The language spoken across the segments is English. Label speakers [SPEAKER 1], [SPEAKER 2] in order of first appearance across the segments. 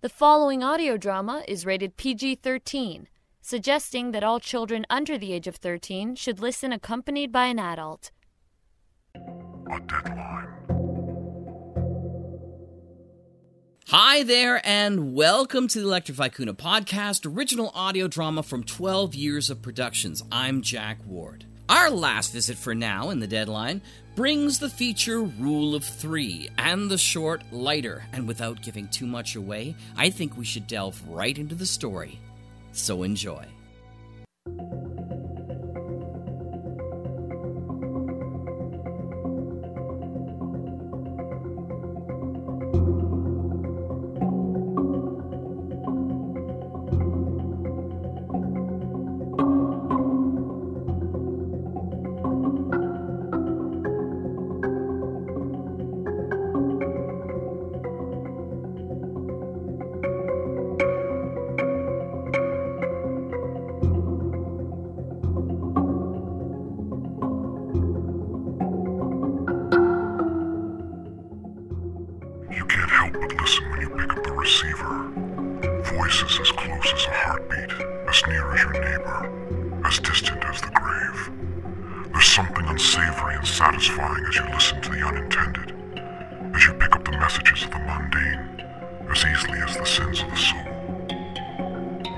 [SPEAKER 1] The following audio drama is rated PG 13, suggesting that all children under the age of 13 should listen accompanied by an adult.
[SPEAKER 2] a deadline.
[SPEAKER 3] Hi there, and welcome to the Electrify Kuna podcast, original audio drama from 12 years of productions. I'm Jack Ward. Our last visit for now in the deadline brings the feature Rule of Three and the short Lighter, and without giving too much away, I think we should delve right into the story. So enjoy.
[SPEAKER 2] You can't help but listen when you pick up the receiver. Voices as close as a heartbeat, as near as your neighbor, as distant as the grave. There's something unsavory and satisfying as you listen to the unintended, as you pick up the messages of the mundane, as easily as the sins of the soul.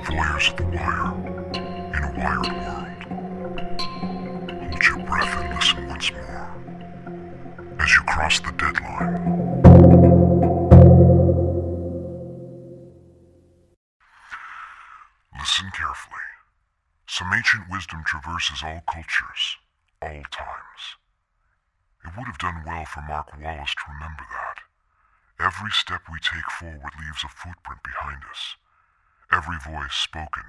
[SPEAKER 2] Voyeurs of the wire, in a wired world. Hold your breath and listen once more. As you cross the deadline, Listen carefully. Some ancient wisdom traverses all cultures, all times. It would have done well for Mark Wallace to remember that. Every step we take forward leaves a footprint behind us. Every voice spoken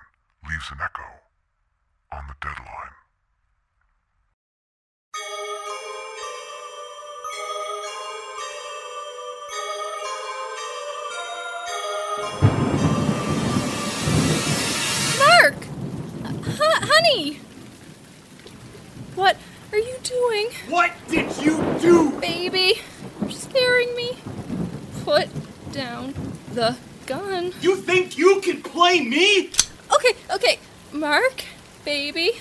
[SPEAKER 2] leaves an echo on the deadline.
[SPEAKER 4] Mark! Huh, honey! What are you doing,
[SPEAKER 5] What did you do?
[SPEAKER 4] baby? You're scaring me. Put down the gun.
[SPEAKER 5] You think you can play me?
[SPEAKER 4] Okay, okay. Mark, baby.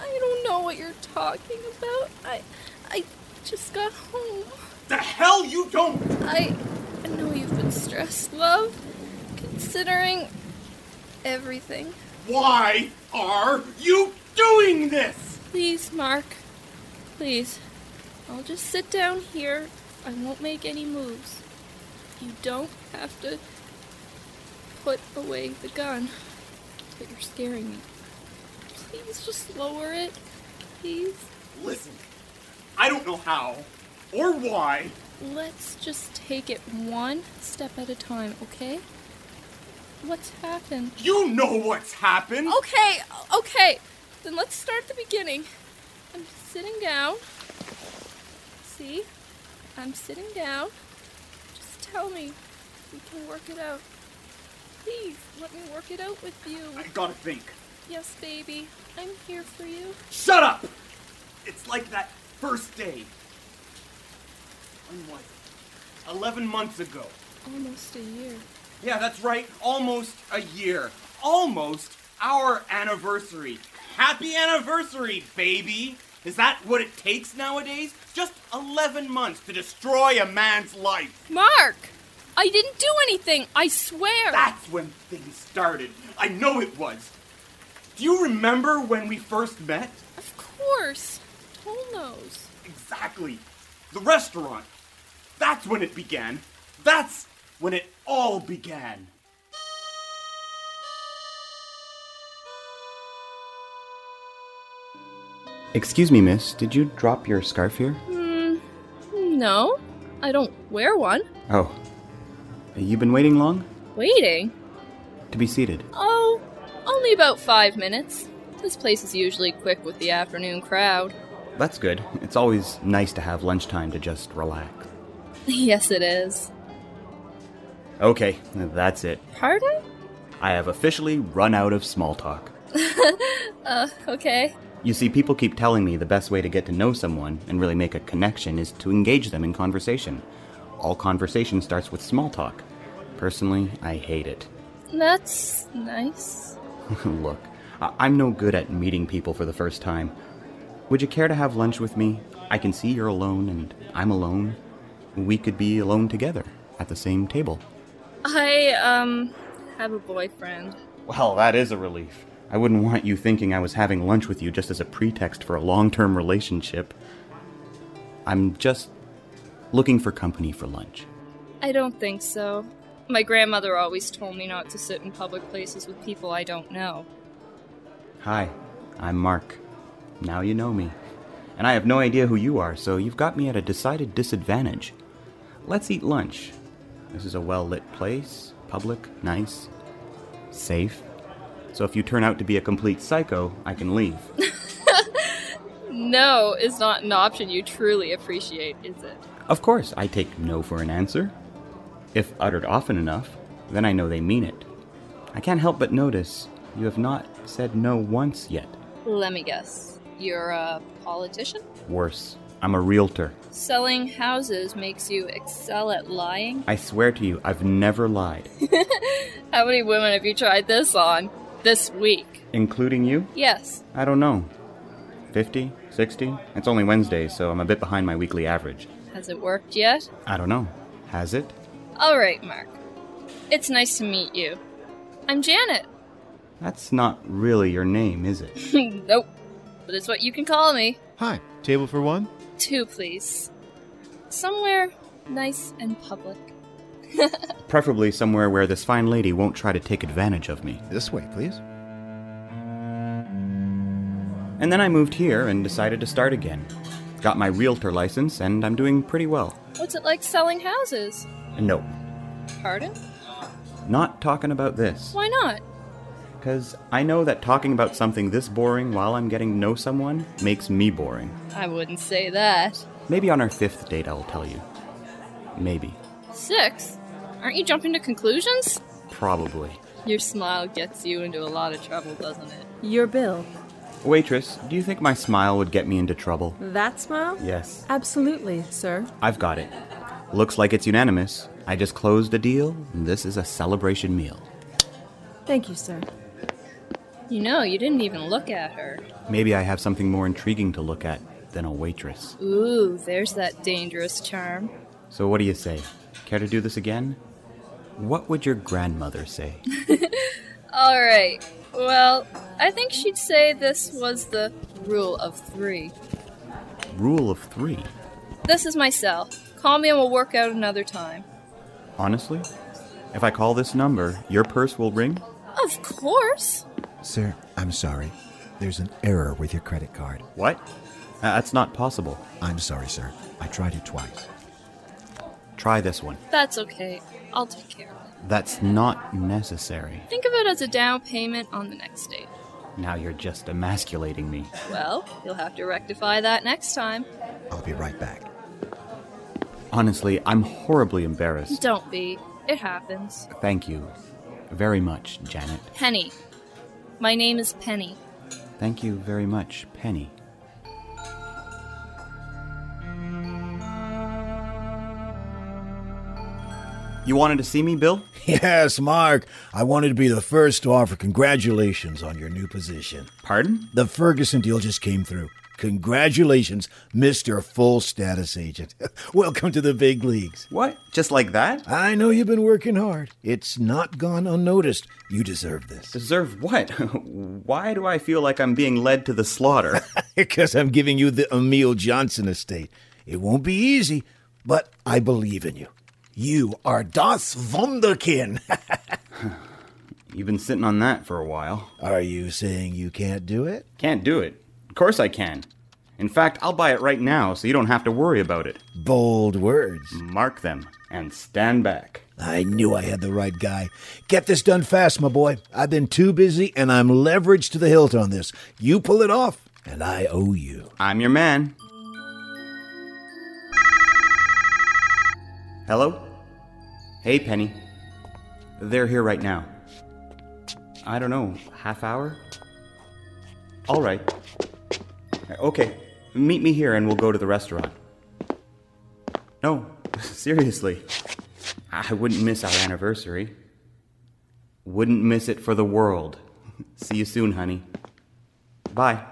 [SPEAKER 4] I don't know what you're talking about. I I just got home.
[SPEAKER 5] The hell you don't!
[SPEAKER 4] I know you've been stressed, love, considering everything.
[SPEAKER 5] Why are you doing this?
[SPEAKER 4] Please, Mark. Please. I'll just sit down here. I won't make any moves. You don't have to put away the gun. But you're scaring me. Please just lower it. Please.
[SPEAKER 5] Listen, I don't know how or why.
[SPEAKER 4] Let's just take it one step at a time, okay? What's happened?
[SPEAKER 5] You know what's happened.
[SPEAKER 4] Okay, okay. Then let's start at the beginning. I'm sitting down. See? I'm sitting down. Just tell me. We can work it out. Please, let me work it out with you.
[SPEAKER 5] I gotta think.
[SPEAKER 4] Yes, baby. I'm here for you.
[SPEAKER 5] Shut up! It's like that first day. When was it? Eleven months ago.
[SPEAKER 4] Almost a year.
[SPEAKER 5] Yeah, that's right. Almost a year. Almost our anniversary. Happy anniversary, baby! Is that what it takes nowadays? Just 11 months to destroy a man's life.
[SPEAKER 4] Mark! I didn't do anything, I swear!
[SPEAKER 5] That's when things started. I know it was. Do you remember when we first met?
[SPEAKER 4] Of course. Toll knows.
[SPEAKER 5] Exactly. The restaurant. That's when it began. That's when it all began.
[SPEAKER 6] Excuse me, miss, did you drop your scarf here?
[SPEAKER 4] Hmm. No, I don't wear one.
[SPEAKER 6] Oh. You've been waiting long?
[SPEAKER 4] Waiting?
[SPEAKER 6] To be seated.
[SPEAKER 4] Oh, only about five minutes. This place is usually quick with the afternoon crowd.
[SPEAKER 6] That's good. It's always nice to have lunchtime to just relax.
[SPEAKER 4] Yes, it is.
[SPEAKER 6] Okay, that's it.
[SPEAKER 4] Pardon?
[SPEAKER 6] I have officially run out of small talk.
[SPEAKER 4] Uh, okay.
[SPEAKER 6] You see, people keep telling me the best way to get to know someone and really make a connection is to engage them in conversation. All conversation starts with small talk. Personally, I hate it.
[SPEAKER 4] That's nice.
[SPEAKER 6] Look, I- I'm no good at meeting people for the first time. Would you care to have lunch with me? I can see you're alone and I'm alone. We could be alone together at the same table.
[SPEAKER 4] I, um, have a boyfriend.
[SPEAKER 6] Well, that is a relief. I wouldn't want you thinking I was having lunch with you just as a pretext for a long term relationship. I'm just looking for company for lunch.
[SPEAKER 4] I don't think so. My grandmother always told me not to sit in public places with people I don't know.
[SPEAKER 6] Hi, I'm Mark. Now you know me. And I have no idea who you are, so you've got me at a decided disadvantage. Let's eat lunch. This is a well lit place, public, nice, safe. So if you turn out to be a complete psycho, I can leave.
[SPEAKER 4] No is not an option you truly appreciate, is it?
[SPEAKER 6] Of course, I take no for an answer. If uttered often enough, then I know they mean it. I can't help but notice you have not said no once yet.
[SPEAKER 4] Let me guess. You're a politician?
[SPEAKER 6] Worse, I'm a realtor.
[SPEAKER 4] Selling houses makes you excel at lying?
[SPEAKER 6] I swear to you, I've never lied,
[SPEAKER 4] How many women have you tried this on this week?
[SPEAKER 6] including you.
[SPEAKER 4] Yes.
[SPEAKER 6] I don't know. 50, 60? It's only Wednesday, so I'm a bit behind my weekly average.
[SPEAKER 4] Has it worked yet?
[SPEAKER 6] I don't know. Has it?
[SPEAKER 4] All right, Mark. It's nice to meet you. I'm Janet.
[SPEAKER 6] That's not really your name, is it?
[SPEAKER 4] nope. But it's what you can call me.
[SPEAKER 7] Hi, table for one?
[SPEAKER 4] Two, please. Somewhere nice and public.
[SPEAKER 6] Preferably somewhere where this fine lady won't try to take advantage of me.
[SPEAKER 7] This way, please.
[SPEAKER 6] And then I moved here and decided to start again. Got my realtor license, and I'm doing pretty well.
[SPEAKER 4] What's it like selling houses?
[SPEAKER 6] No,
[SPEAKER 4] Pardon?
[SPEAKER 6] not talking about this.
[SPEAKER 4] Why not?
[SPEAKER 6] Because I know that talking about something this boring while I'm getting to know someone makes me boring.
[SPEAKER 4] I wouldn't say that.
[SPEAKER 6] Maybe on our fifth date I'll tell you. Maybe.
[SPEAKER 4] Six? Aren't you jumping to conclusions?
[SPEAKER 6] Probably.
[SPEAKER 4] Your smile gets you into a lot of trouble, doesn't it?
[SPEAKER 8] Your bill.
[SPEAKER 6] Waitress, do you think my smile would get me into trouble?
[SPEAKER 8] That smile?
[SPEAKER 6] Yes.
[SPEAKER 8] Absolutely, sir.
[SPEAKER 6] I've got it. Looks like it's unanimous. I just closed a deal, and this is a celebration meal.
[SPEAKER 8] Thank you, sir.
[SPEAKER 4] You know, you didn't even look at her.
[SPEAKER 6] Maybe I have something more intriguing to look at than a waitress.
[SPEAKER 4] Ooh, there's that dangerous charm.
[SPEAKER 6] So, what do you say? Care to do this again? What would your grandmother say?
[SPEAKER 4] All right. Well, I think she'd say this was the rule of three.
[SPEAKER 6] Rule of three.
[SPEAKER 4] This is my cell. Call me and we'll work out another time.
[SPEAKER 6] Honestly? If I call this number, your purse will ring?
[SPEAKER 4] Of course.
[SPEAKER 7] Sir, I'm sorry. There's an error with your credit card.
[SPEAKER 6] What? Uh, that's not possible.
[SPEAKER 7] I'm sorry, sir. I tried it twice.
[SPEAKER 6] Try this one.
[SPEAKER 4] That's okay. I'll take care of it.
[SPEAKER 6] That's not necessary.
[SPEAKER 4] Think of it as a down payment on the next date.
[SPEAKER 6] Now you're just emasculating me.
[SPEAKER 4] Well, you'll have to rectify that next time.
[SPEAKER 7] I'll be right back.
[SPEAKER 6] Honestly, I'm horribly embarrassed.
[SPEAKER 4] Don't be. It happens.
[SPEAKER 6] Thank you very much, Janet.
[SPEAKER 4] Penny. My name is Penny.
[SPEAKER 6] Thank you very much, Penny. You wanted to see me, Bill?
[SPEAKER 9] Yes, Mark. I wanted to be the first to offer congratulations on your new position.
[SPEAKER 6] Pardon?
[SPEAKER 9] The Ferguson deal just came through. Congratulations, Mr. Full Status Agent. Welcome to the big leagues.
[SPEAKER 6] What? Just like that?
[SPEAKER 9] I know you've been working hard. It's not gone unnoticed. You deserve this.
[SPEAKER 6] Deserve what? Why do I feel like I'm being led to the slaughter?
[SPEAKER 9] Because I'm giving you the Emil Johnson estate. It won't be easy, but I believe in you. You are Das Wunderkind.
[SPEAKER 6] You've been sitting on that for a while.
[SPEAKER 9] are you saying you can't do it?
[SPEAKER 6] Can't do it. Of course I can. In fact, I'll buy it right now so you don't have to worry about it.
[SPEAKER 9] Bold words.
[SPEAKER 6] Mark them and stand back.
[SPEAKER 9] I knew I had the right guy. Get this done fast, my boy. I've been too busy and I'm leveraged to the hilt on this. You pull it off, and I owe you.
[SPEAKER 6] I'm your man. Hello? Hey, Penny. They're here right now. I don't know, half hour? All right. Okay, meet me here and we'll go to the restaurant. No, seriously. I wouldn't miss our anniversary. Wouldn't miss it for the world. See you soon, honey. Bye.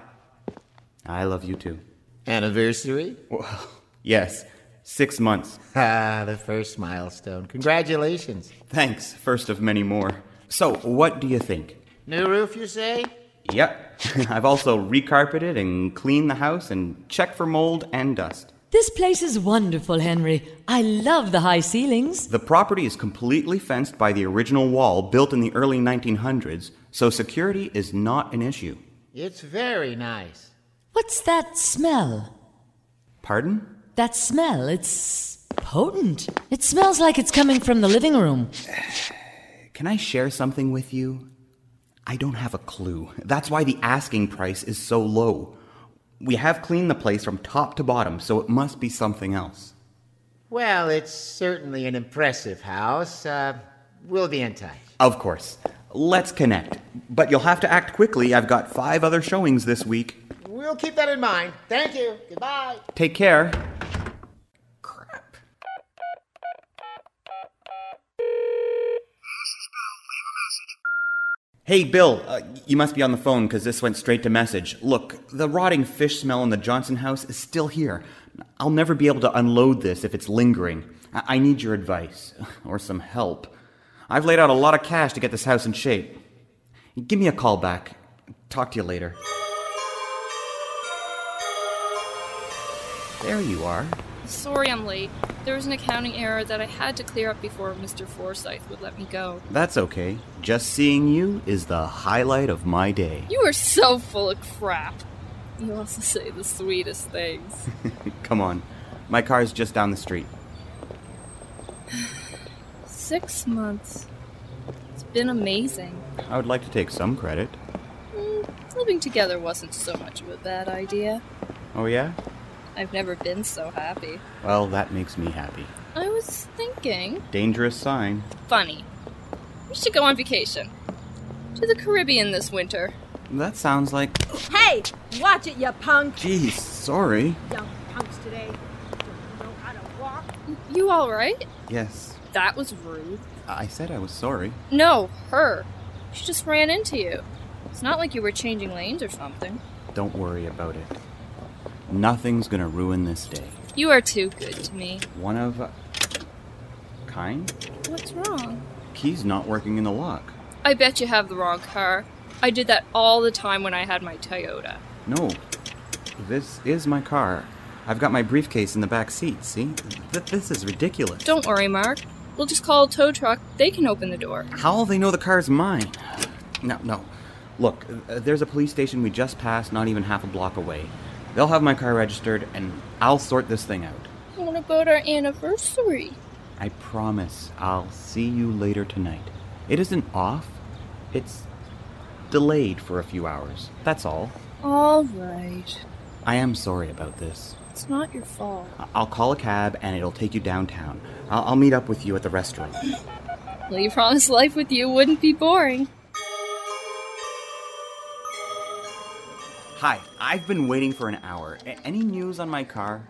[SPEAKER 6] I love you too.
[SPEAKER 10] Anniversary?
[SPEAKER 6] Well, yes, six months.
[SPEAKER 10] Ah, the first milestone. Congratulations.
[SPEAKER 6] Thanks, first of many more. So, what do you think?
[SPEAKER 10] New roof, you say?
[SPEAKER 6] Yep, I've also recarpeted and cleaned the house and checked for mold and dust.
[SPEAKER 11] This place is wonderful, Henry. I love the high ceilings.
[SPEAKER 6] The property is completely fenced by the original wall built in the early 1900s, so security is not an issue.
[SPEAKER 10] It's very nice.
[SPEAKER 11] What's that smell?
[SPEAKER 6] Pardon?
[SPEAKER 11] That smell, it's potent. It smells like it's coming from the living room.
[SPEAKER 6] Can I share something with you? I don't have a clue. That's why the asking price is so low. We have cleaned the place from top to bottom, so it must be something else.
[SPEAKER 10] Well, it's certainly an impressive house. Uh, we'll be in touch.
[SPEAKER 6] Of course. Let's connect. But you'll have to act quickly. I've got five other showings this week.
[SPEAKER 10] We'll keep that in mind. Thank you. Goodbye.
[SPEAKER 6] Take care.
[SPEAKER 10] Crap.
[SPEAKER 6] Hey, Bill, uh, you must be on the phone because this went straight to message. Look, the rotting fish smell in the Johnson house is still here. I'll never be able to unload this if it's lingering. I, I need your advice or some help. I've laid out a lot of cash to get this house in shape. Give me a call back. Talk to you later. There you are.
[SPEAKER 4] Sorry I'm late. There was an accounting error that I had to clear up before Mr. Forsyth would let me go.
[SPEAKER 6] That's okay. Just seeing you is the highlight of my day.
[SPEAKER 4] You are so full of crap. You also say the sweetest things.
[SPEAKER 6] Come on. My car's just down the street.
[SPEAKER 4] Six months. It's been amazing.
[SPEAKER 6] I would like to take some credit.
[SPEAKER 4] Mm, living together wasn't so much of a bad idea.
[SPEAKER 6] Oh, yeah?
[SPEAKER 4] I've never been so happy.
[SPEAKER 6] Well, that makes me happy.
[SPEAKER 4] I was thinking,
[SPEAKER 6] Dangerous sign.
[SPEAKER 4] funny. We should go on vacation. To the Caribbean this winter.
[SPEAKER 6] That sounds like.
[SPEAKER 8] Hey, watch it, you punk!
[SPEAKER 6] Geez, sorry.
[SPEAKER 8] Young punks today. Don't know how to walk.
[SPEAKER 4] You alright?
[SPEAKER 6] Yes,
[SPEAKER 4] That was rude.
[SPEAKER 6] I said I was sorry.
[SPEAKER 4] No, her. She just ran into you. It's not like you were changing lanes or something.
[SPEAKER 6] Don't worry about it. Nothing's gonna ruin this day.
[SPEAKER 4] You are too good to me.
[SPEAKER 6] One of. a Kind?
[SPEAKER 4] What's wrong?
[SPEAKER 6] Key's not working in the lock.
[SPEAKER 4] I bet you have the wrong car. I did that all the time when I had my Toyota.
[SPEAKER 6] No. This is my car. I've got my briefcase in the back seat, see? Th- this is ridiculous.
[SPEAKER 4] Don't worry, Mark. We'll just call a tow truck. They can open the door.
[SPEAKER 6] How will they know the car's mine? No, no. Look, uh, there's a police station we just passed, not even half a block away. They'll have my car registered, and I'll sort this thing out.
[SPEAKER 4] What about our anniversary?
[SPEAKER 6] I promise I'll see you later tonight. It isn't off, it's delayed for a few hours. That's all.
[SPEAKER 4] All right.
[SPEAKER 6] I am sorry about this.
[SPEAKER 4] It's not your fault.
[SPEAKER 6] I- I'll call a cab, and it'll take you downtown. I'll, I'll meet up with you at the restaurant.
[SPEAKER 4] Well, you promised life with you wouldn't be boring.
[SPEAKER 6] Hi, I've been waiting for an hour. A- any news on my car?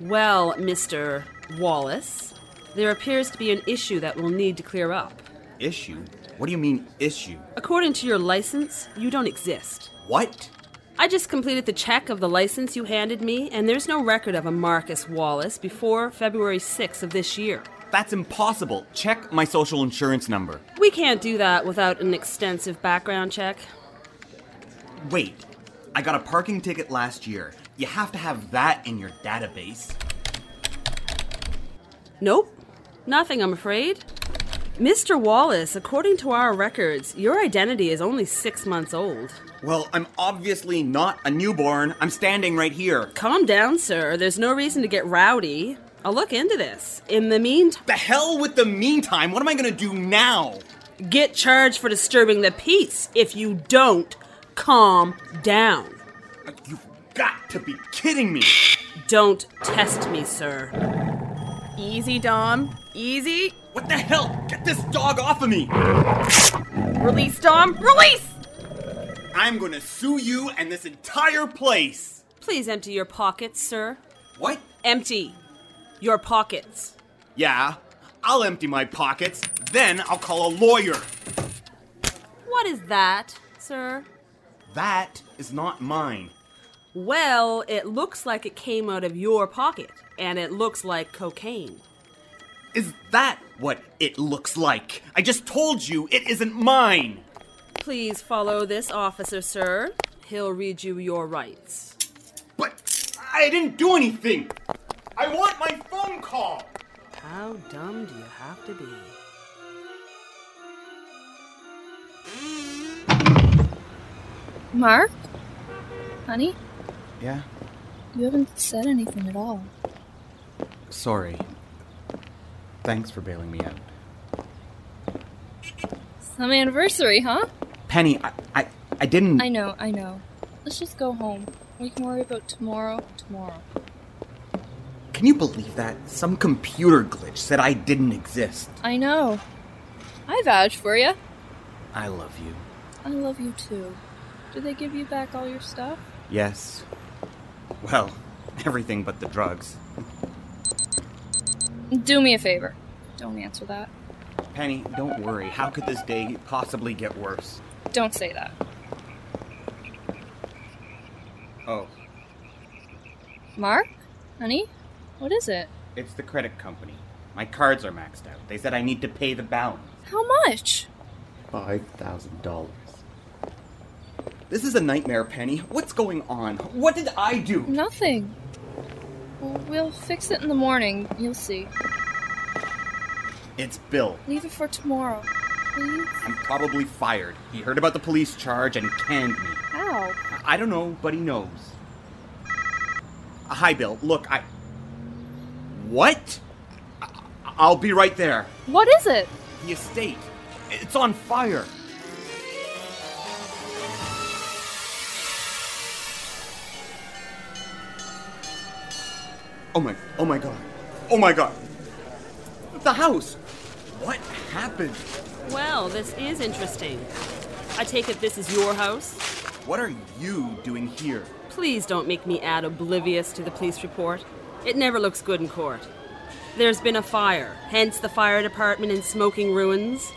[SPEAKER 12] Well, Mr. Wallace, there appears to be an issue that we'll need to clear up.
[SPEAKER 6] Issue? What do you mean, issue?
[SPEAKER 12] According to your license, you don't exist.
[SPEAKER 6] What?
[SPEAKER 12] I just completed the check of the license you handed me, and there's no record of a Marcus Wallace before February 6th of this year.
[SPEAKER 6] That's impossible. Check my social insurance number.
[SPEAKER 12] We can't do that without an extensive background check.
[SPEAKER 6] Wait, I got a parking ticket last year. You have to have that in your database.
[SPEAKER 12] Nope. Nothing, I'm afraid. Mr. Wallace, according to our records, your identity is only six months old.
[SPEAKER 6] Well, I'm obviously not a newborn. I'm standing right here.
[SPEAKER 12] Calm down, sir. There's no reason to get rowdy. I'll look into this. In the meantime,
[SPEAKER 6] The hell with the meantime. What am I gonna do now?
[SPEAKER 12] get charged for disturbing the peace. If you don't, calm down.
[SPEAKER 6] You've got to be kidding me.
[SPEAKER 12] Don't test me, sir.
[SPEAKER 11] Easy, Dom. Easy.
[SPEAKER 6] What the hell? Get this dog off of me.
[SPEAKER 11] Release, Dom. Release!
[SPEAKER 6] I'm gonna sue you and this entire place.
[SPEAKER 12] Please empty your pockets, sir.
[SPEAKER 6] What?
[SPEAKER 12] Empty your pockets.
[SPEAKER 6] Yeah.
[SPEAKER 5] I'll empty my pockets, then I'll call a lawyer.
[SPEAKER 12] What is that, sir?
[SPEAKER 5] That is not mine.
[SPEAKER 12] Well, it looks like it came out of your pocket, and it looks like cocaine.
[SPEAKER 5] Is that what it looks like? I just told you it isn't mine.
[SPEAKER 12] Please follow this officer, sir. He'll read you your rights.
[SPEAKER 5] But I didn't do anything. I want my phone call.
[SPEAKER 12] How dumb do you have to be?
[SPEAKER 4] Mark? Honey?
[SPEAKER 6] Yeah?
[SPEAKER 4] You haven't said anything at all.
[SPEAKER 6] Sorry. Thanks for bailing me out.
[SPEAKER 4] Some anniversary, huh?
[SPEAKER 6] Penny, I, I, I didn't.
[SPEAKER 4] I know, I know. Let's just go home. We can worry about tomorrow, tomorrow.
[SPEAKER 6] Can you believe that? Some computer glitch said I didn't exist.
[SPEAKER 4] I know. I vouch for you.
[SPEAKER 6] I love you.
[SPEAKER 4] I love you too. Did they give you back all your stuff?
[SPEAKER 6] Yes. Well, everything but the drugs.
[SPEAKER 4] Do me a favor. Don't answer that.
[SPEAKER 6] Penny, don't worry. How could this day possibly get worse?
[SPEAKER 4] Don't say that.
[SPEAKER 6] Oh,
[SPEAKER 4] Mark? Honey? What is it?
[SPEAKER 6] it's the credit company. My cards are maxed out. They said I need to pay the balance.
[SPEAKER 4] How much?
[SPEAKER 6] $5,000. This is a nightmare, Penny. What's going on? What did I do?
[SPEAKER 4] Nothing. Well, We'll fix it in the morning. You'll see.
[SPEAKER 6] It's Bill.
[SPEAKER 4] Leave it for tomorrow. Please?
[SPEAKER 6] I'm probably fired. He heard about the police charge and canned me.
[SPEAKER 4] How?
[SPEAKER 6] I don't know, but he knows. Uh, Hi, Bill. Look, I. What? I- I'll be right there.
[SPEAKER 4] What is it?
[SPEAKER 6] The estate. It's on fire. Oh my, oh my god. Oh my god. The house. What happened?
[SPEAKER 12] Well, this is interesting. I take it this is your house?
[SPEAKER 6] What are you doing here?
[SPEAKER 12] Please don't make me add oblivious to the police report. It never looks good in court. There's been a fire, hence the fire department in smoking ruins.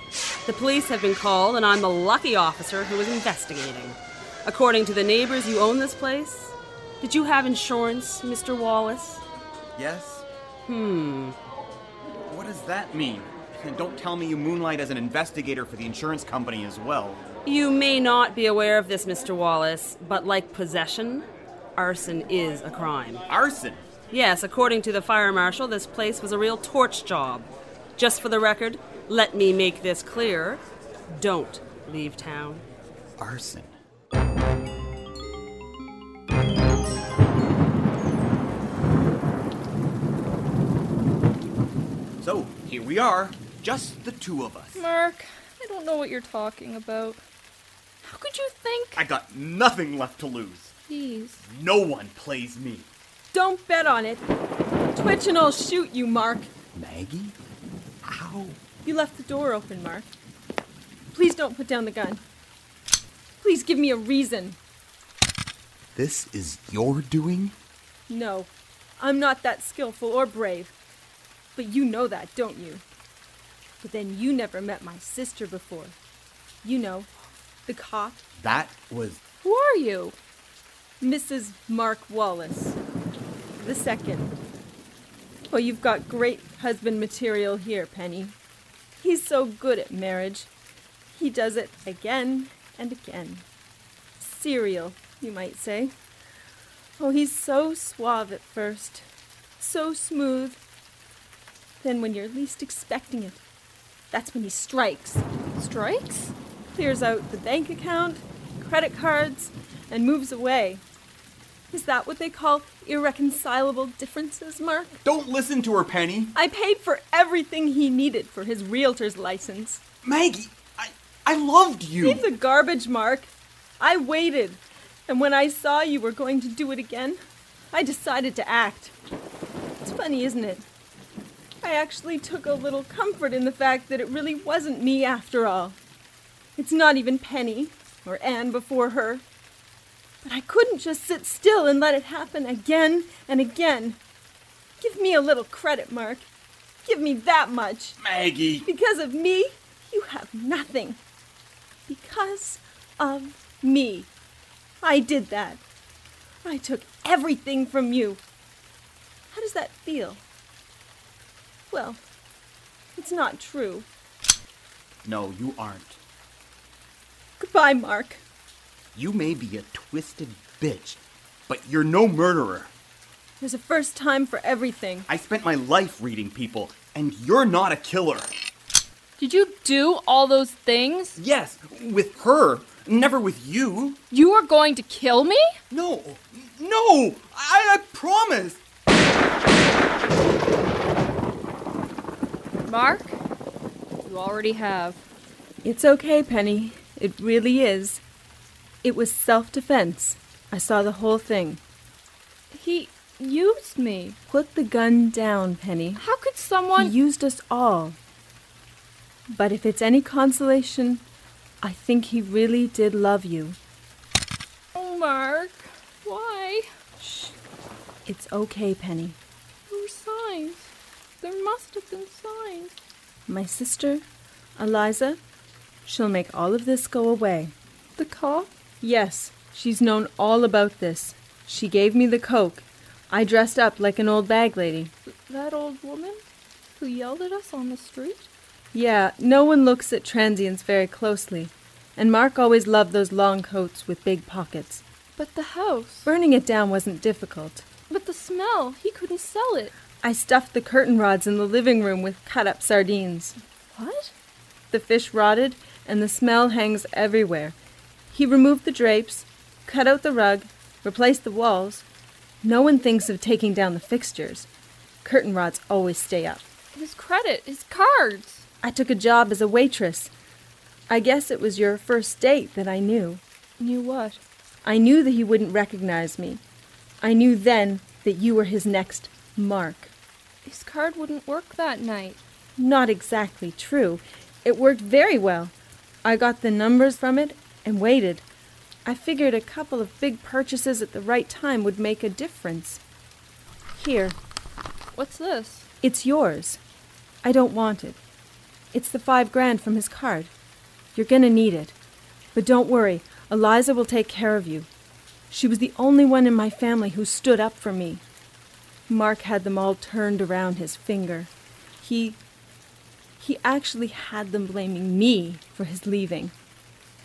[SPEAKER 12] The police have been called, and I'm the lucky officer who is investigating. According to the neighbors, you own this place? Did you have insurance, Mr. Wallace?
[SPEAKER 6] Yes?
[SPEAKER 12] Hmm.
[SPEAKER 6] What does that mean? And don't tell me you moonlight as an investigator for the insurance company as well.
[SPEAKER 12] You may not be aware of this, Mr. Wallace, but like possession, arson is a crime.
[SPEAKER 6] Arson?
[SPEAKER 12] Yes, according to the fire marshal, this place was a real torch job. Just for the record, let me make this clear don't leave town.
[SPEAKER 6] Arson? So, here we are, just the two of us.
[SPEAKER 4] Mark, I don't know what you're talking about. How could you think?
[SPEAKER 6] I got nothing left to lose.
[SPEAKER 4] Please.
[SPEAKER 6] No one plays me.
[SPEAKER 8] Don't bet on it. Twitch and I'll shoot you, Mark.
[SPEAKER 6] Maggie? Ow.
[SPEAKER 8] You left the door open, Mark. Please don't put down the gun. Please give me a reason.
[SPEAKER 6] This is your doing?
[SPEAKER 8] No, I'm not that skillful or brave. But you know that, don't you? But then you never met my sister before. You know, the cop.
[SPEAKER 6] That was.
[SPEAKER 8] Who are you? Mrs. Mark Wallace, the second. Well, you've got great husband material here, Penny. He's so good at marriage. He does it again and again. Serial, you might say. Oh, he's so suave at first, so smooth. Then, when you're least expecting it, that's when he strikes. Strikes? Clears out the bank account, credit cards, and moves away. Is that what they call irreconcilable differences, Mark?
[SPEAKER 5] Don't listen to her, Penny.
[SPEAKER 8] I paid for everything he needed for his realtor's license.
[SPEAKER 5] Maggie, I, I loved you.
[SPEAKER 8] Leave the garbage, Mark. I waited, and when I saw you were going to do it again, I decided to act. It's funny, isn't it? I actually took a little comfort in the fact that it really wasn't me after all. It's not even Penny or Anne before her. But I couldn't just sit still and let it happen again and again. Give me a little credit, Mark. Give me that much.
[SPEAKER 5] Maggie.
[SPEAKER 8] Because of me, you have nothing. Because of me, I did that. I took everything from you. How does that feel? Well, it's not true.
[SPEAKER 6] No, you aren't.
[SPEAKER 8] Goodbye, Mark.
[SPEAKER 6] You may be a twisted bitch, but you're no murderer.
[SPEAKER 8] There's a first time for everything.
[SPEAKER 6] I spent my life reading people, and you're not a killer.
[SPEAKER 4] Did you do all those things?
[SPEAKER 5] Yes, with her, never with you.
[SPEAKER 4] You are going to kill me?
[SPEAKER 5] No, no, I, I promise.
[SPEAKER 4] Mark, you already have.
[SPEAKER 8] It's okay, Penny. It really is. It was self defense. I saw the whole thing.
[SPEAKER 4] He used me.
[SPEAKER 8] Put the gun down, Penny.
[SPEAKER 4] How could someone.
[SPEAKER 8] He used us all. But if it's any consolation, I think he really did love you.
[SPEAKER 4] Oh, Mark. Why?
[SPEAKER 8] Shh. It's okay, Penny.
[SPEAKER 4] There were signs. There must have been signs.
[SPEAKER 8] My sister, Eliza, she'll make all of this go away.
[SPEAKER 4] The cop?
[SPEAKER 8] Yes, she's known all about this. She gave me the coke. I dressed up like an old bag lady.
[SPEAKER 4] That old woman who yelled at us on the street?
[SPEAKER 8] Yeah, no one looks at transients very closely. And Mark always loved those long coats with big pockets.
[SPEAKER 4] But the house.
[SPEAKER 8] Burning it down wasn't difficult.
[SPEAKER 4] But the smell. He couldn't sell it.
[SPEAKER 8] I stuffed the curtain rods in the living room with cut up sardines.
[SPEAKER 4] What?
[SPEAKER 8] The fish rotted, and the smell hangs everywhere. He removed the drapes, cut out the rug, replaced the walls. No one thinks of taking down the fixtures. Curtain rods always stay up.
[SPEAKER 4] His credit, his cards.
[SPEAKER 8] I took a job as a waitress. I guess it was your first date that I knew.
[SPEAKER 4] Knew what?
[SPEAKER 8] I knew that he wouldn't recognize me. I knew then that you were his next Mark.
[SPEAKER 4] His card wouldn't work that night.
[SPEAKER 8] Not exactly true. It worked very well. I got the numbers from it and waited. I figured a couple of big purchases at the right time would make a difference. Here.
[SPEAKER 4] What's this?
[SPEAKER 8] It's yours. I don't want it. It's the five grand from his card. You're gonna need it. But don't worry, Eliza will take care of you. She was the only one in my family who stood up for me. Mark had them all turned around his finger. He. he actually had them blaming me for his leaving.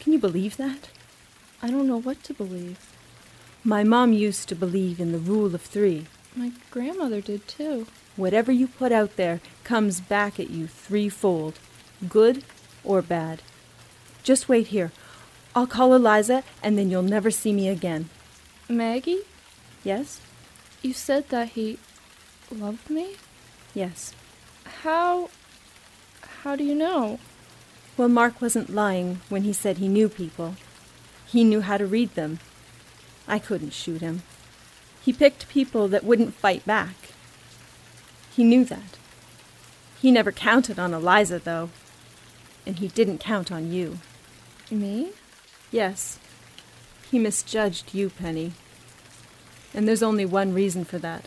[SPEAKER 8] Can you believe that?
[SPEAKER 4] I don't know what to believe.
[SPEAKER 8] My mom used to believe in the rule of three.
[SPEAKER 4] My grandmother did too.
[SPEAKER 8] Whatever you put out there comes back at you threefold good or bad. Just wait here. I'll call Eliza, and then you'll never see me again.
[SPEAKER 4] Maggie?
[SPEAKER 8] Yes?
[SPEAKER 4] You said that he loved me?
[SPEAKER 8] Yes.
[SPEAKER 4] How. how do you know?
[SPEAKER 8] Well, Mark wasn't lying when he said he knew people. He knew how to read them. I couldn't shoot him. He picked people that wouldn't fight back. He knew that. He never counted on Eliza, though. And he didn't count on you.
[SPEAKER 4] Me?
[SPEAKER 8] Yes. He misjudged you, Penny. And there's only one reason for that.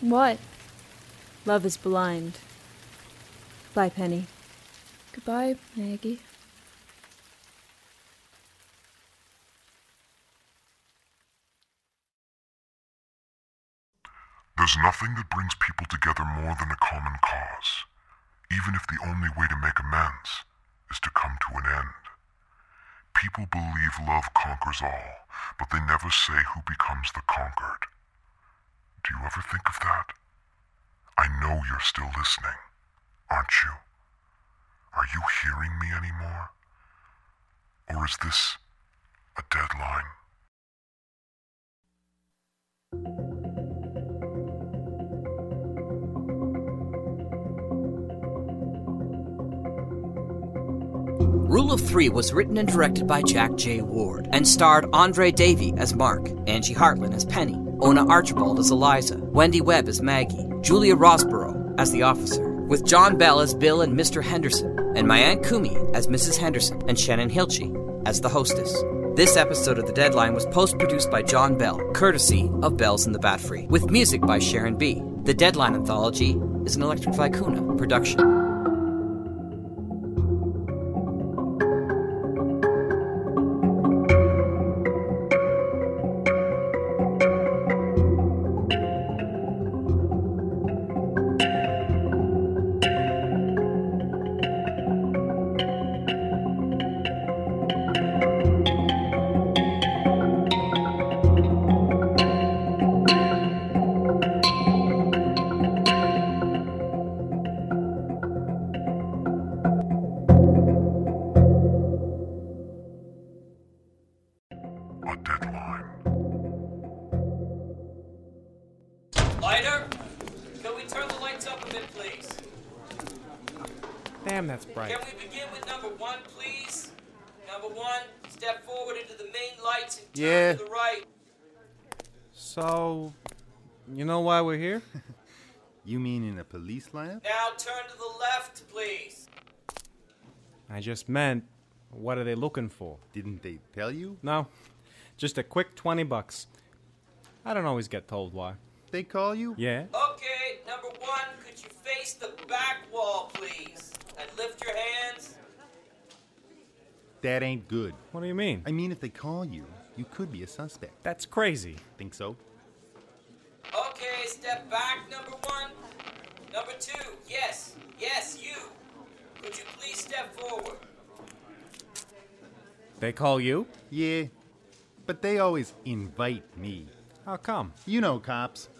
[SPEAKER 4] What?
[SPEAKER 8] Love is blind. Bye, Penny.
[SPEAKER 4] Goodbye, Maggie.
[SPEAKER 2] There's nothing that brings people together more than a common cause, even if the only way to make amends is to come to an end. People believe love conquers all, but they never say who becomes the conquered. Do you ever think of that? I know you're still listening, aren't you? Are you hearing me anymore? Or is this a deadline?
[SPEAKER 13] Rule of Three was written and directed by Jack J. Ward and starred Andre Davey as Mark, Angie Hartland as Penny, Ona Archibald as Eliza, Wendy Webb as Maggie, Julia Rosborough as the officer, with John Bell as Bill and Mr. Henderson, and my Aunt Kumi as Mrs. Henderson and Shannon Hilchey as the hostess. This episode of The Deadline was post produced by John Bell, courtesy of Bells in the Bat Free, with music by Sharon B. The Deadline Anthology is an Electric Vicuna production.
[SPEAKER 14] Lighter, can we turn the lights up a bit, please?
[SPEAKER 15] Damn, that's bright.
[SPEAKER 14] Can we begin with number one, please? Number one, step forward into the main lights and turn
[SPEAKER 15] Yeah.
[SPEAKER 14] to the right.
[SPEAKER 15] So, you know why we're here?
[SPEAKER 16] You mean in a police lineup?
[SPEAKER 14] Now turn to the left, please.
[SPEAKER 15] I just meant, what are they looking for?
[SPEAKER 16] Didn't they tell you?
[SPEAKER 15] No, just a quick 20 bucks. I don't always get told why.
[SPEAKER 16] They call you?
[SPEAKER 15] Yeah.
[SPEAKER 14] Okay, number one, could you face the back wall, please? And lift your hands.
[SPEAKER 16] That ain't good.
[SPEAKER 15] What do you mean?
[SPEAKER 16] I mean, if they call you, you could be a suspect.
[SPEAKER 15] That's crazy.
[SPEAKER 16] Think so?
[SPEAKER 14] Okay, step back, number one. Number two, yes, yes, you. Could you please step forward?
[SPEAKER 15] They call you?
[SPEAKER 16] Yeah. But they always invite me.
[SPEAKER 15] How come?
[SPEAKER 16] You know cops.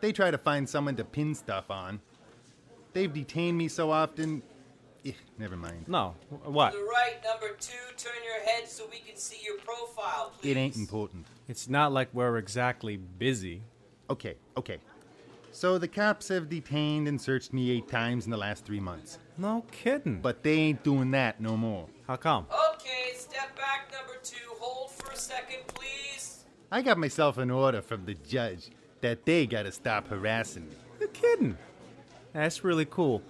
[SPEAKER 16] They try to find someone to pin stuff on. They've detained me so often. Eh, never mind.
[SPEAKER 15] No. What?
[SPEAKER 14] To the right, number two, turn your head so we can see your profile, please.
[SPEAKER 16] It ain't important.
[SPEAKER 15] It's not like we're exactly busy.
[SPEAKER 16] Okay, okay. So the cops have detained and searched me eight times in the last three months.
[SPEAKER 15] No kidding.
[SPEAKER 16] But they ain't doing that no more.
[SPEAKER 15] How come?
[SPEAKER 14] Okay, step back, number two. Hold for a second, please.
[SPEAKER 16] I got myself an order from the judge that they gotta stop harassing me.
[SPEAKER 15] You're kidding. That's really cool.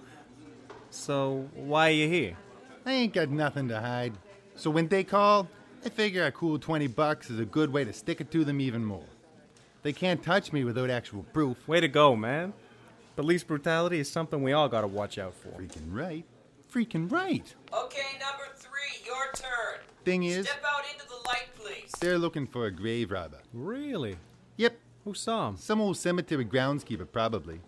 [SPEAKER 15] So, why are you here?
[SPEAKER 16] I ain't got nothing to hide. So when they call, I figure a cool 20 bucks is a good way to stick it to them even more. They can't touch me without actual proof.
[SPEAKER 15] Way to go, man. Police brutality is something we all gotta watch out for.
[SPEAKER 16] Freaking right. Freaking right.
[SPEAKER 14] Okay, number three, your turn.
[SPEAKER 16] Thing is,
[SPEAKER 14] Step out into the light, please.
[SPEAKER 16] they're looking for a grave robber.
[SPEAKER 15] Really?
[SPEAKER 16] Yep.
[SPEAKER 15] Who saw him?
[SPEAKER 16] Some old cemetery groundskeeper, probably.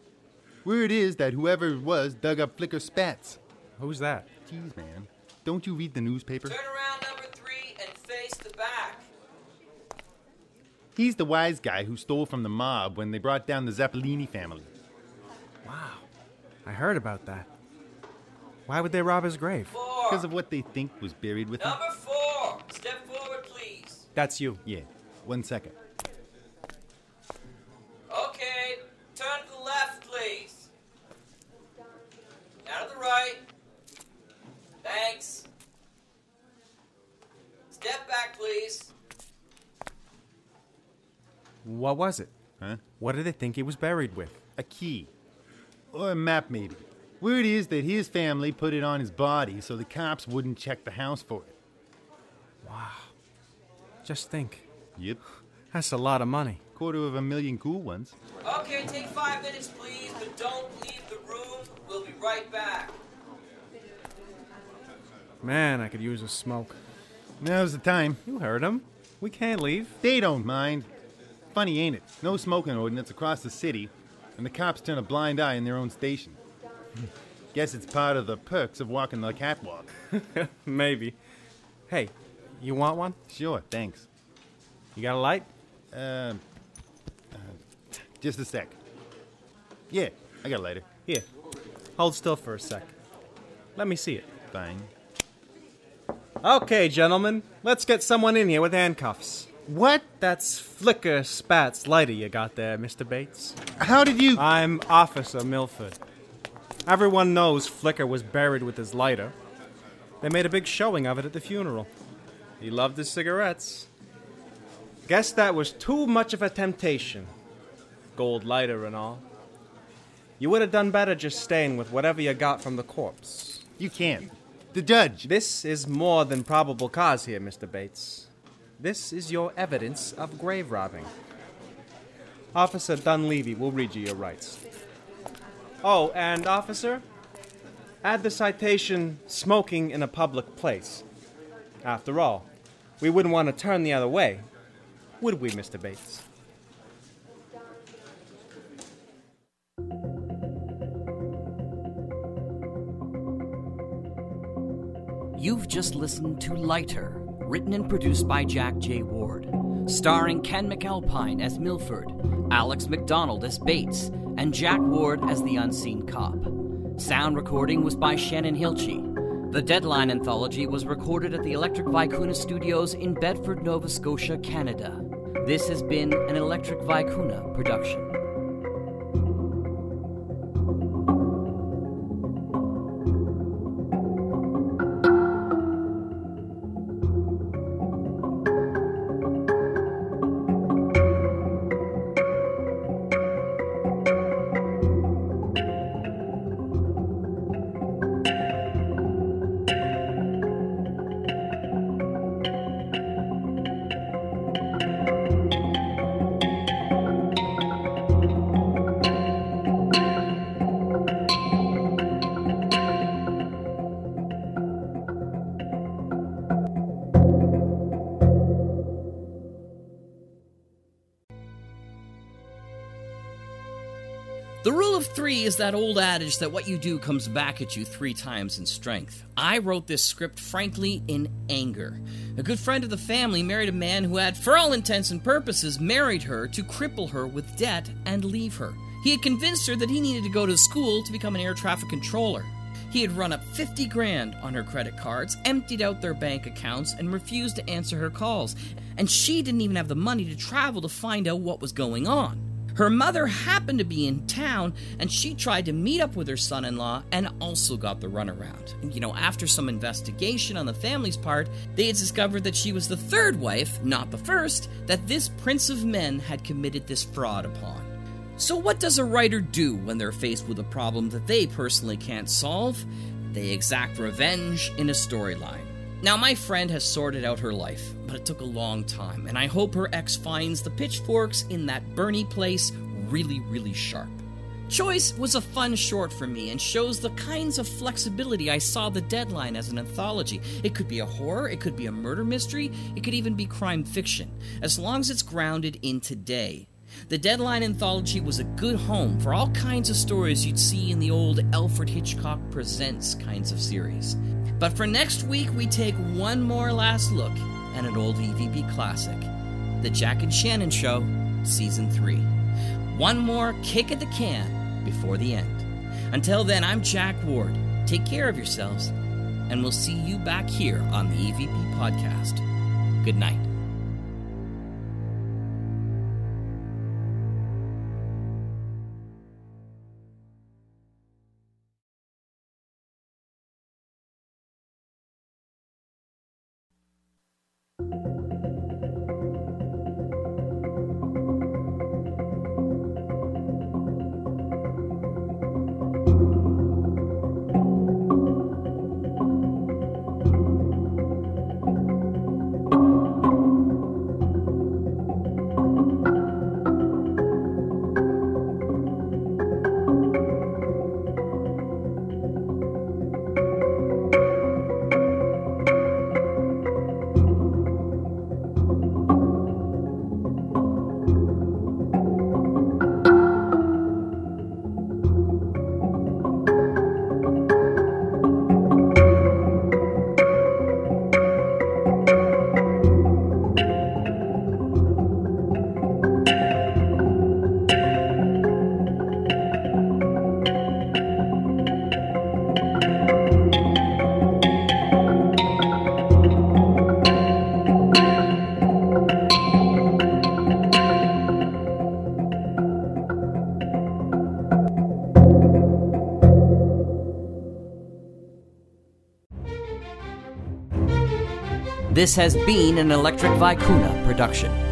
[SPEAKER 16] Word is that whoever it was dug up Flicker Spats.
[SPEAKER 15] Who's that?
[SPEAKER 16] Jeez, man. Don't you read the newspaper?
[SPEAKER 14] Turn around, number three, and face the back.
[SPEAKER 16] He's the wise guy who stole from the mob when they brought down the Zappolini family.
[SPEAKER 15] Wow. I heard about that. Why would they rob his grave?
[SPEAKER 16] Because of what they think was buried with him.
[SPEAKER 14] Number four, step forward, please.
[SPEAKER 15] That's you.
[SPEAKER 16] Yeah. One second.
[SPEAKER 14] Okay, turn to the left, please. Now to the right. Thanks. Step back, please.
[SPEAKER 15] What was it?
[SPEAKER 16] Huh?
[SPEAKER 15] What did they think he was buried with?
[SPEAKER 16] A key. Or a map, maybe. Word is that his family put it on his body so the cops wouldn't check the house for it.
[SPEAKER 15] Wow. Just think.
[SPEAKER 16] Yep.
[SPEAKER 15] That's a lot of money.
[SPEAKER 16] Quarter of a million cool ones.
[SPEAKER 14] Okay, take five minutes, please, but don't leave the room. We'll be right back.
[SPEAKER 15] Man, I could use a smoke.
[SPEAKER 16] Now's the time.
[SPEAKER 15] You heard him. We can't leave.
[SPEAKER 16] They don't mind. Funny, ain't it? No smoking ordinance across the city, and the cops turn a blind eye in their own station. Guess it's part of the perks of walking the catwalk.
[SPEAKER 15] Maybe. Hey, you want one?
[SPEAKER 16] Sure, thanks.
[SPEAKER 15] You got a light?
[SPEAKER 16] Uh, uh, just a sec. Yeah, I got a lighter.
[SPEAKER 15] Here. Hold still for a sec. Let me see it.
[SPEAKER 16] Fine.
[SPEAKER 15] Okay, gentlemen, let's get someone in here with handcuffs.
[SPEAKER 16] What?
[SPEAKER 15] That's Flicker Spats lighter you got there, Mr. Bates.
[SPEAKER 16] How did you.
[SPEAKER 15] I'm Officer Milford. Everyone knows Flicker was buried with his lighter. They made a big showing of it at the funeral. He loved his cigarettes. Guess that was too much of a temptation. Gold lighter and all. You would have done better just staying with whatever you got from the corpse.
[SPEAKER 16] You can't. The judge.
[SPEAKER 15] This is more than probable cause here, Mr. Bates. This is your evidence of grave robbing. Officer Dunleavy will read you your rights. Oh, and officer, add the citation smoking in a public place. After all, we wouldn't want to turn the other way, would we, Mr. Bates?
[SPEAKER 13] You've just listened to Lighter, written and produced by Jack J. Ward, starring Ken McAlpine as Milford, Alex McDonald as Bates, and Jack Ward as the unseen cop. Sound recording was by Shannon Hilchey. The Deadline anthology was recorded at the Electric Vicuna Studios in Bedford, Nova Scotia, Canada. This has been an Electric Vicuna production.
[SPEAKER 3] The rule of three is that old adage that what you do comes back at you three times in strength. I wrote this script, frankly, in anger. A good friend of the family married a man who had, for all intents and purposes, married her to cripple her with debt and leave her. He had convinced her that he needed to go to school to become an air traffic controller. He had run up 50 grand on her credit cards, emptied out their bank accounts, and refused to answer her calls. And she didn't even have the money to travel to find out what was going on. Her mother happened to be in town, and she tried to meet up with her son in law and also got the runaround. And, You know, after some investigation on the family's part, they had discovered that she was the third wife, not the first, that this prince of men had committed this fraud upon. So, what does a writer do when they're faced with a problem that they personally can't solve? They exact revenge in a storyline. Now, my friend has sorted out her life, but it took a long time, and I hope her ex finds the pitchforks in that Bernie place really, really sharp. Choice was a fun short for me and shows the kinds of flexibility I saw the deadline as an anthology. It could be a horror, it could be a murder mystery, it could even be crime fiction, as long as it's grounded in today. The Deadline Anthology was a good home for all kinds of stories you'd see in the old Alfred Hitchcock Presents kinds of series. But for next week, we take one more last look at an old EVP classic The Jack and Shannon Show, Season 3. One more kick at the can before the end. Until then, I'm Jack Ward. Take care of yourselves, and we'll see you back here on the EVP Podcast. Good night.
[SPEAKER 13] This has been an Electric Vicuna production.